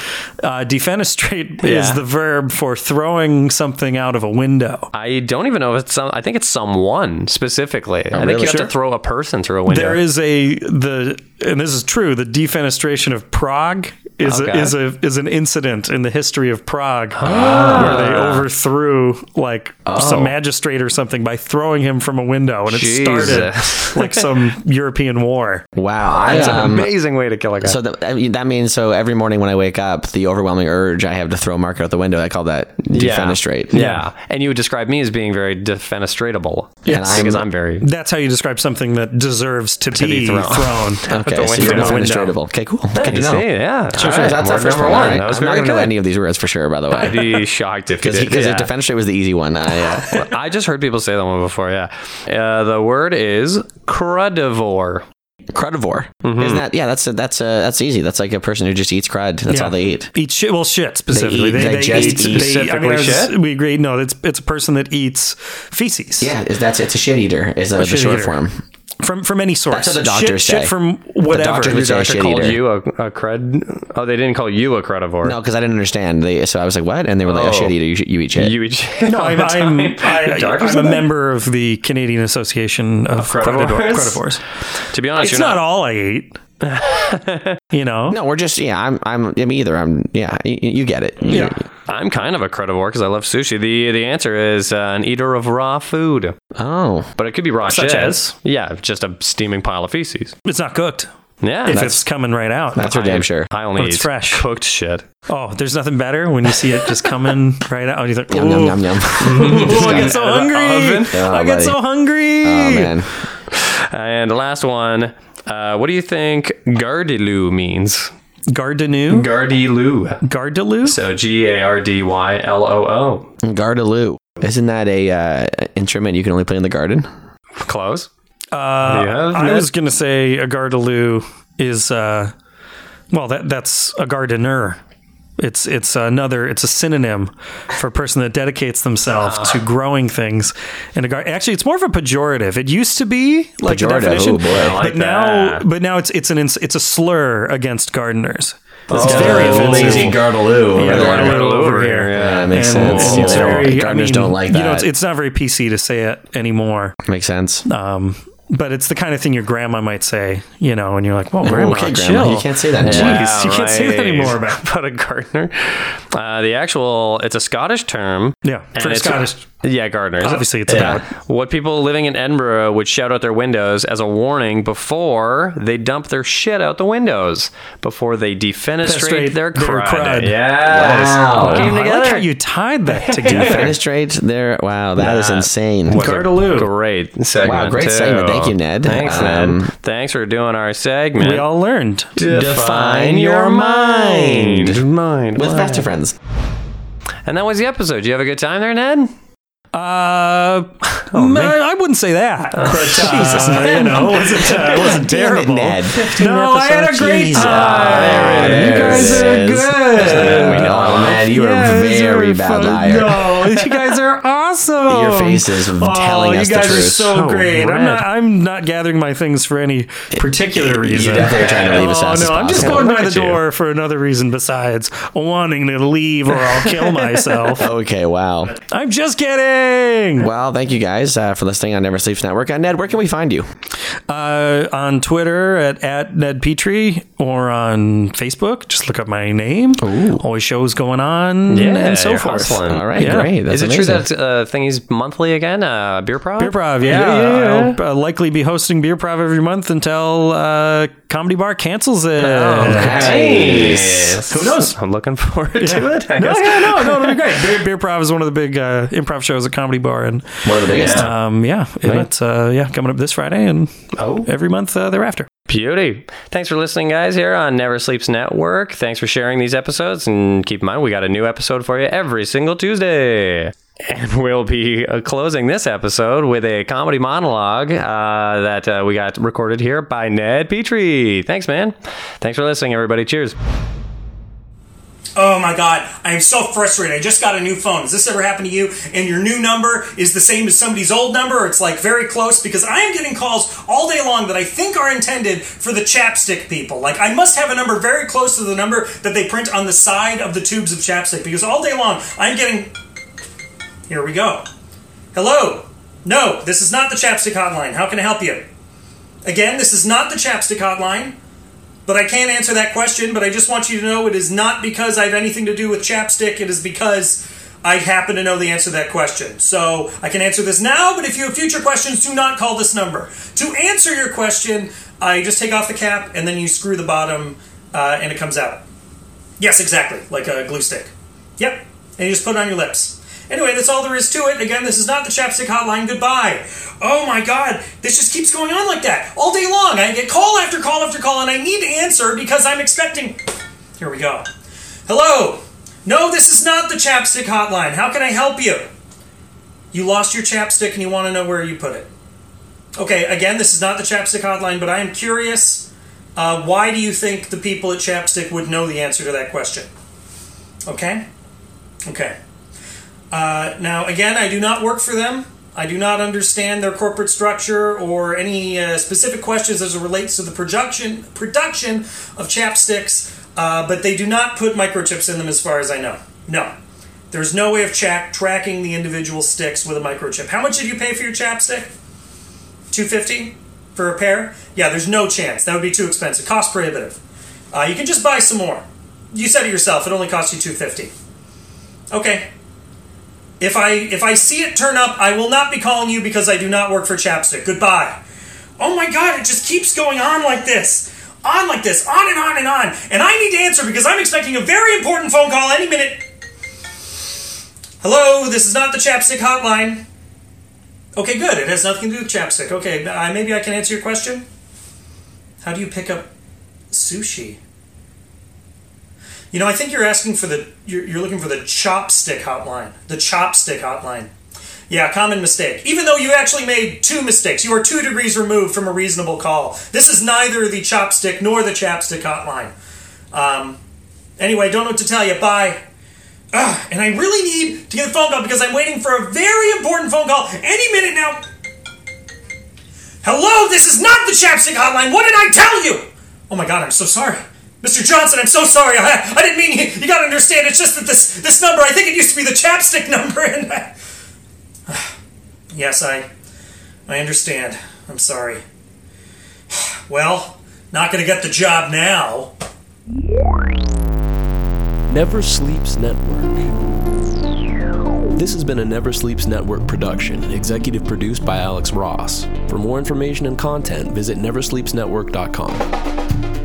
[SPEAKER 3] Uh, defenestrate is
[SPEAKER 2] Yeah.
[SPEAKER 3] the verb for throwing something out of a window.
[SPEAKER 2] I don't even know if it's some. I think it's someone specifically. I think
[SPEAKER 1] Oh, really?
[SPEAKER 2] you have
[SPEAKER 1] Sure.
[SPEAKER 2] to throw a person through a window.
[SPEAKER 3] There is a the and this is true. The defenestration of Prague is
[SPEAKER 2] Okay.
[SPEAKER 3] a, is a is an incident in the history of Prague where they overthrew like some magistrate or something by throwing him from a window, and it
[SPEAKER 2] Jesus.
[SPEAKER 3] *laughs* started like some European war.
[SPEAKER 1] Wow. I,
[SPEAKER 2] That's an
[SPEAKER 1] um,
[SPEAKER 2] amazing way to kill a guy.
[SPEAKER 1] so that, I mean, that means so every morning when I wake up, the overwhelming urge I have to throw Mark out the window, I call that
[SPEAKER 2] Yeah.
[SPEAKER 1] defenestrate.
[SPEAKER 2] Yeah. and you would describe me as being very defenestratable.
[SPEAKER 1] Yes.
[SPEAKER 2] because I'm very.
[SPEAKER 3] That's how you describe something that deserves to,
[SPEAKER 2] be
[SPEAKER 3] be,
[SPEAKER 2] thrown.
[SPEAKER 3] thrown. *laughs*
[SPEAKER 1] Okay, so you're
[SPEAKER 3] window.
[SPEAKER 1] defenestratable. Okay, cool. Good to
[SPEAKER 2] You
[SPEAKER 1] know.
[SPEAKER 2] see, yeah,
[SPEAKER 1] Sure,
[SPEAKER 2] All
[SPEAKER 1] sure,
[SPEAKER 2] right,
[SPEAKER 1] That's our
[SPEAKER 2] word
[SPEAKER 1] first one.
[SPEAKER 2] number one.
[SPEAKER 1] All right.
[SPEAKER 2] That was
[SPEAKER 1] I'm not
[SPEAKER 2] very
[SPEAKER 1] going to know
[SPEAKER 2] good.
[SPEAKER 1] any of these words for sure, by the way.
[SPEAKER 2] *laughs* be shocked if you
[SPEAKER 1] Because
[SPEAKER 2] did.
[SPEAKER 1] the
[SPEAKER 2] yeah.
[SPEAKER 1] defenestrate was the easy one. I, uh,
[SPEAKER 2] *laughs* I just heard people say that one before. Yeah, uh, the word is crudivore.
[SPEAKER 1] crudivore. Isn't that yeah? That's that's uh, that's easy. That's like a person who just eats crud. That's
[SPEAKER 3] Yeah.
[SPEAKER 1] all they eat.
[SPEAKER 3] Eat shit. Well, shit specifically.
[SPEAKER 1] eat- they just eat
[SPEAKER 2] specifically
[SPEAKER 3] I was-
[SPEAKER 2] shit?
[SPEAKER 3] We agreed. No, it's it's a person that eats feces.
[SPEAKER 1] Yeah, is that's it's a shit eater. Is that the
[SPEAKER 3] shit
[SPEAKER 1] short
[SPEAKER 3] eater.
[SPEAKER 1] form?
[SPEAKER 3] from from any source.
[SPEAKER 1] That's what the doctors
[SPEAKER 3] shit,
[SPEAKER 1] say.
[SPEAKER 3] Shit from whatever.
[SPEAKER 1] doctors
[SPEAKER 2] Your
[SPEAKER 1] would say
[SPEAKER 2] doctor
[SPEAKER 1] shit
[SPEAKER 2] called
[SPEAKER 1] eater.
[SPEAKER 2] you a, a cred. Oh, they didn't call you a credivore.
[SPEAKER 1] No, because I didn't understand. They, so I was like, "What?" And they were like, "Oh
[SPEAKER 2] Oh.
[SPEAKER 1] shit, eater, you, sh- you eat shit."
[SPEAKER 2] You
[SPEAKER 3] *laughs*
[SPEAKER 2] each. No,
[SPEAKER 3] I'm, I'm, I, I'm a member of the Canadian Association of
[SPEAKER 2] Credivores?
[SPEAKER 3] Credivores.
[SPEAKER 2] *laughs*
[SPEAKER 3] Credivores.
[SPEAKER 2] to be honest,
[SPEAKER 3] It's
[SPEAKER 2] you're
[SPEAKER 3] not all I *laughs* eat. you know,
[SPEAKER 1] no, we're just yeah. I'm I'm, I'm either. I'm yeah. You, you get it. You-
[SPEAKER 2] I'm kind of a credivore because I love sushi. The the answer is uh, an eater of raw food,
[SPEAKER 1] Oh,
[SPEAKER 2] but it could be raw
[SPEAKER 3] Such
[SPEAKER 2] shit.
[SPEAKER 3] as?
[SPEAKER 2] yeah, just a steaming pile of feces.
[SPEAKER 3] it's not cooked.
[SPEAKER 2] Yeah,
[SPEAKER 3] If it's coming right out.
[SPEAKER 1] that's for damn sure.
[SPEAKER 2] I only
[SPEAKER 3] But it's
[SPEAKER 2] eat
[SPEAKER 3] fresh.
[SPEAKER 2] cooked shit.
[SPEAKER 3] Oh, there's nothing better when you see it just coming *laughs* right out. You think,
[SPEAKER 1] Yum yum
[SPEAKER 3] "Ooh,
[SPEAKER 1] yum yum. *laughs*
[SPEAKER 3] ooh, I get so
[SPEAKER 2] Out of the
[SPEAKER 3] hungry.
[SPEAKER 2] oven?
[SPEAKER 1] Oh,
[SPEAKER 3] I get
[SPEAKER 1] buddy.
[SPEAKER 3] so hungry.
[SPEAKER 1] oh man.
[SPEAKER 2] And the last one, uh, what do you think Gardiloo means?
[SPEAKER 3] Gardenu?
[SPEAKER 2] Gardiloo.
[SPEAKER 3] Gardaloo?
[SPEAKER 2] So G A R D Y L O O.
[SPEAKER 1] Gardeloo. Isn't that a uh, instrument you can only play in the garden?
[SPEAKER 2] Close.
[SPEAKER 3] Uh,
[SPEAKER 2] Yeah,
[SPEAKER 3] I
[SPEAKER 2] that-
[SPEAKER 3] was gonna say a Gardaloo is uh, well that that's a gardener. It's it's another it's a synonym for a person that dedicates themselves to
[SPEAKER 1] Ah.
[SPEAKER 3] growing things. And a gar- actually, it's more of a pejorative. It used to be like the
[SPEAKER 1] Pejorative,
[SPEAKER 3] definition,
[SPEAKER 1] oh, boy. I
[SPEAKER 2] like
[SPEAKER 3] but now
[SPEAKER 2] that.
[SPEAKER 3] but now it's it's an ins- it's a slur against gardeners. It's very
[SPEAKER 1] Oh,
[SPEAKER 3] offensive.
[SPEAKER 1] lazy Gardeloo.
[SPEAKER 3] Yeah,
[SPEAKER 1] over there.
[SPEAKER 3] Gardeloo.
[SPEAKER 2] Gardiloo
[SPEAKER 3] over here.
[SPEAKER 1] Yeah, that
[SPEAKER 2] Yeah.
[SPEAKER 1] makes
[SPEAKER 3] And
[SPEAKER 1] sense.
[SPEAKER 3] it's
[SPEAKER 1] They don't-
[SPEAKER 3] very- I
[SPEAKER 1] gardeners
[SPEAKER 3] mean,
[SPEAKER 1] don't like that.
[SPEAKER 3] You know, it's, it's not very PC to say it anymore.
[SPEAKER 1] makes sense.
[SPEAKER 3] Um, but it's the kind of thing your grandma might say, you know, and you're like, well, grandma,
[SPEAKER 1] Oh, okay,
[SPEAKER 3] chill.
[SPEAKER 1] grandma, you can't say that.
[SPEAKER 3] Jeez,
[SPEAKER 1] anymore.
[SPEAKER 2] Yeah,
[SPEAKER 3] you can't say that
[SPEAKER 2] right. *laughs*
[SPEAKER 3] anymore about.
[SPEAKER 2] But a gardener. Uh, the actual, it's a Scottish term.
[SPEAKER 3] Yeah,
[SPEAKER 2] And
[SPEAKER 3] for
[SPEAKER 2] it's-
[SPEAKER 3] Scottish,
[SPEAKER 2] Yeah, gardener. Is it-
[SPEAKER 3] obviously it's
[SPEAKER 1] oh, Yeah.
[SPEAKER 3] about.
[SPEAKER 2] What people living in Edinburgh would shout out their windows as a warning before they dump their shit out the windows, before they defenestrate
[SPEAKER 3] Fenestrate
[SPEAKER 2] their
[SPEAKER 3] their
[SPEAKER 2] crud.
[SPEAKER 3] crud.
[SPEAKER 2] Yes.
[SPEAKER 1] Wow.
[SPEAKER 2] All came
[SPEAKER 3] I
[SPEAKER 2] together.
[SPEAKER 3] like how you tied that
[SPEAKER 1] *laughs*
[SPEAKER 3] together.
[SPEAKER 1] Fenestrate there. Wow, that is insane.
[SPEAKER 2] That was a
[SPEAKER 3] Gardeloo.
[SPEAKER 2] Great segment.
[SPEAKER 1] Wow, great
[SPEAKER 2] too.
[SPEAKER 1] segment. Thank you, Ned.
[SPEAKER 2] Thanks,
[SPEAKER 1] Um,
[SPEAKER 2] Ned. Thanks for doing our segment.
[SPEAKER 3] we all learned.
[SPEAKER 1] Define your mind.
[SPEAKER 2] Mind.
[SPEAKER 1] With
[SPEAKER 2] Wow.
[SPEAKER 1] Faster Friends.
[SPEAKER 2] And that was the episode. You have a good time there, Ned?
[SPEAKER 3] Uh, man, I wouldn't say
[SPEAKER 1] *laughs*
[SPEAKER 3] that. But,
[SPEAKER 1] Jesus,
[SPEAKER 3] uh, you know, it *laughs* wasn't, uh, it wasn't
[SPEAKER 1] Damn it,
[SPEAKER 3] terrible.
[SPEAKER 1] Ned.
[SPEAKER 3] No, I had a great
[SPEAKER 1] Jesus.
[SPEAKER 3] time.
[SPEAKER 1] Ah, There it
[SPEAKER 3] you guys
[SPEAKER 1] is.
[SPEAKER 3] are good.
[SPEAKER 1] We know. Oh, man, you are a
[SPEAKER 3] Yeah, these
[SPEAKER 1] very
[SPEAKER 3] are
[SPEAKER 1] bad
[SPEAKER 3] fun-
[SPEAKER 1] liar.
[SPEAKER 3] *laughs* No, you guys
[SPEAKER 1] *laughs*
[SPEAKER 3] are awesome.
[SPEAKER 1] Your face is telling us
[SPEAKER 3] Oh, you
[SPEAKER 1] the
[SPEAKER 3] guys are
[SPEAKER 1] truth.
[SPEAKER 3] so,
[SPEAKER 2] So
[SPEAKER 3] great.
[SPEAKER 2] red.
[SPEAKER 3] I'm not. I'm not gathering my things for any particular reason.
[SPEAKER 1] definitely are trying to leave us
[SPEAKER 3] Oh,
[SPEAKER 1] out as
[SPEAKER 3] no, I'm just
[SPEAKER 1] possible.
[SPEAKER 3] going
[SPEAKER 2] Look
[SPEAKER 3] by the
[SPEAKER 2] at you.
[SPEAKER 3] door for another reason besides wanting to leave or I'll kill myself.
[SPEAKER 1] *laughs* Okay, wow.
[SPEAKER 3] I'm just kidding.
[SPEAKER 1] Well, thank you guys uh, for listening on Never Sleeps Network. Uh, Ned, where can we find you?
[SPEAKER 3] uh, on Twitter at, at Ned Petrie or on Facebook. Just look up my name. Always shows going on and so
[SPEAKER 2] you're
[SPEAKER 3] forth.
[SPEAKER 2] hustling.
[SPEAKER 1] All right,
[SPEAKER 3] Yeah.
[SPEAKER 1] great. That's
[SPEAKER 2] Um, Is it
[SPEAKER 1] amazing.
[SPEAKER 2] true that uh, thingy's monthly again? Uh, beer prov?
[SPEAKER 3] Beer Prov, yeah. I'll uh, likely be hosting Beer Prov every month until uh, Comedy Bar cancels it.
[SPEAKER 2] Oh,
[SPEAKER 3] *laughs*
[SPEAKER 2] Nice.
[SPEAKER 3] Oh, Who knows?
[SPEAKER 2] I'm looking forward to it. I
[SPEAKER 3] No,
[SPEAKER 2] guess.
[SPEAKER 3] yeah, no, no, it'll be great. Beer, Beer Prov is one of the big uh, improv shows at Comedy Bar, and
[SPEAKER 1] One of the biggest.
[SPEAKER 3] um, yeah, and it's uh, yeah coming up this Friday and
[SPEAKER 2] Oh.
[SPEAKER 3] every month uh, thereafter.
[SPEAKER 2] Beauty. Thanks for listening, guys, here on Never Sleeps Network. Thanks for sharing these episodes. And keep in mind, we got a new episode for you every single Tuesday. And *laughs* we'll be uh, closing this episode with a comedy monologue uh, that uh, we got recorded here by Ned Petrie. Thanks, man. Thanks for listening, everybody. Cheers.
[SPEAKER 5] Oh my god, I am so frustrated. I just got a new phone. Has this ever happened to you? And your new number is the same as somebody's old number, or it's like very close? Because I am getting calls all day long that I think are intended for the chapstick people. Like, I must have a number very close to the number that they print on the side of the tubes of chapstick, because all day long I'm getting. Here we go. Hello? No, this is not the chapstick hotline. How can I help you? Again, this is not the chapstick hotline. But I can't answer that question, but I just want you to know it is not because I have anything to do with chapstick. It is because I happen to know the answer to that question. So I can answer this now, but if you have future questions, do not call this number. To answer your question, I just take off the cap and then you screw the bottom uh, and it comes out. Yes, exactly, like a glue stick. Yep, and you just put it on your lips. Anyway, that's all there is to it. Again, this is not the chapstick hotline. Goodbye. Oh my god, this just keeps going on like that all day long. I get call after call after call, and I need to answer because I'm expecting. Here we go. Hello. No, this is not the chapstick hotline. How can I help you? You lost your chapstick and you want to know where you put it. Okay, again, this is not the chapstick hotline, but I am curious. Uh, why do you think the people at Chapstick would know the answer to that question? Okay? Okay. Uh, now, again, I do not work for them. I do not understand their corporate structure or any uh, specific questions as it relates to the production production of chapsticks, uh, but they do not put microchips in them as far as I know. No. There's no way of track, tracking the individual sticks with a microchip. How much did you pay for your chapstick? 250 for a pair? Yeah, there's no chance. That would be too expensive. Cost prohibitive. Uh, you can just buy some more. You said it yourself. It only cost you 250. Okay, if I if I see it turn up, I will not be calling you because I do not work for Chapstick. Goodbye. Oh my god, it just keeps going on like this. On like this, on and on and on. And I need to answer because I'm expecting a very important phone call any minute. Hello, this is not the Chapstick hotline. Okay, good. It has nothing to do with Chapstick. Okay, I, maybe I can answer your question. How do you pick up sushi? You know, I think you're asking for the you're, you're looking for the chopstick hotline. The chopstick hotline. Yeah, common mistake. Even though you actually made two mistakes, you are two degrees removed from a reasonable call. This is neither the chopstick nor the chapstick hotline. Um, anyway, don't know what to tell you. Bye. Ugh, and I really need to get a phone call because I'm waiting for a very important phone call any minute now. Hello, this is not the chapstick hotline. What did I tell you? Oh my god, I'm so sorry. Mr. Johnson, I'm so sorry. I, I didn't mean you, you gotta understand. It's just that this this number, I think it used to be the chapstick number, and I, *sighs* yes, I I understand. I'm sorry. *sighs* Well, not gonna get the job now.
[SPEAKER 6] Never Sleeps Network. This has been a Never Sleeps Network production, executive produced by Alex Ross. For more information and content, visit neversleepsnetwork.com.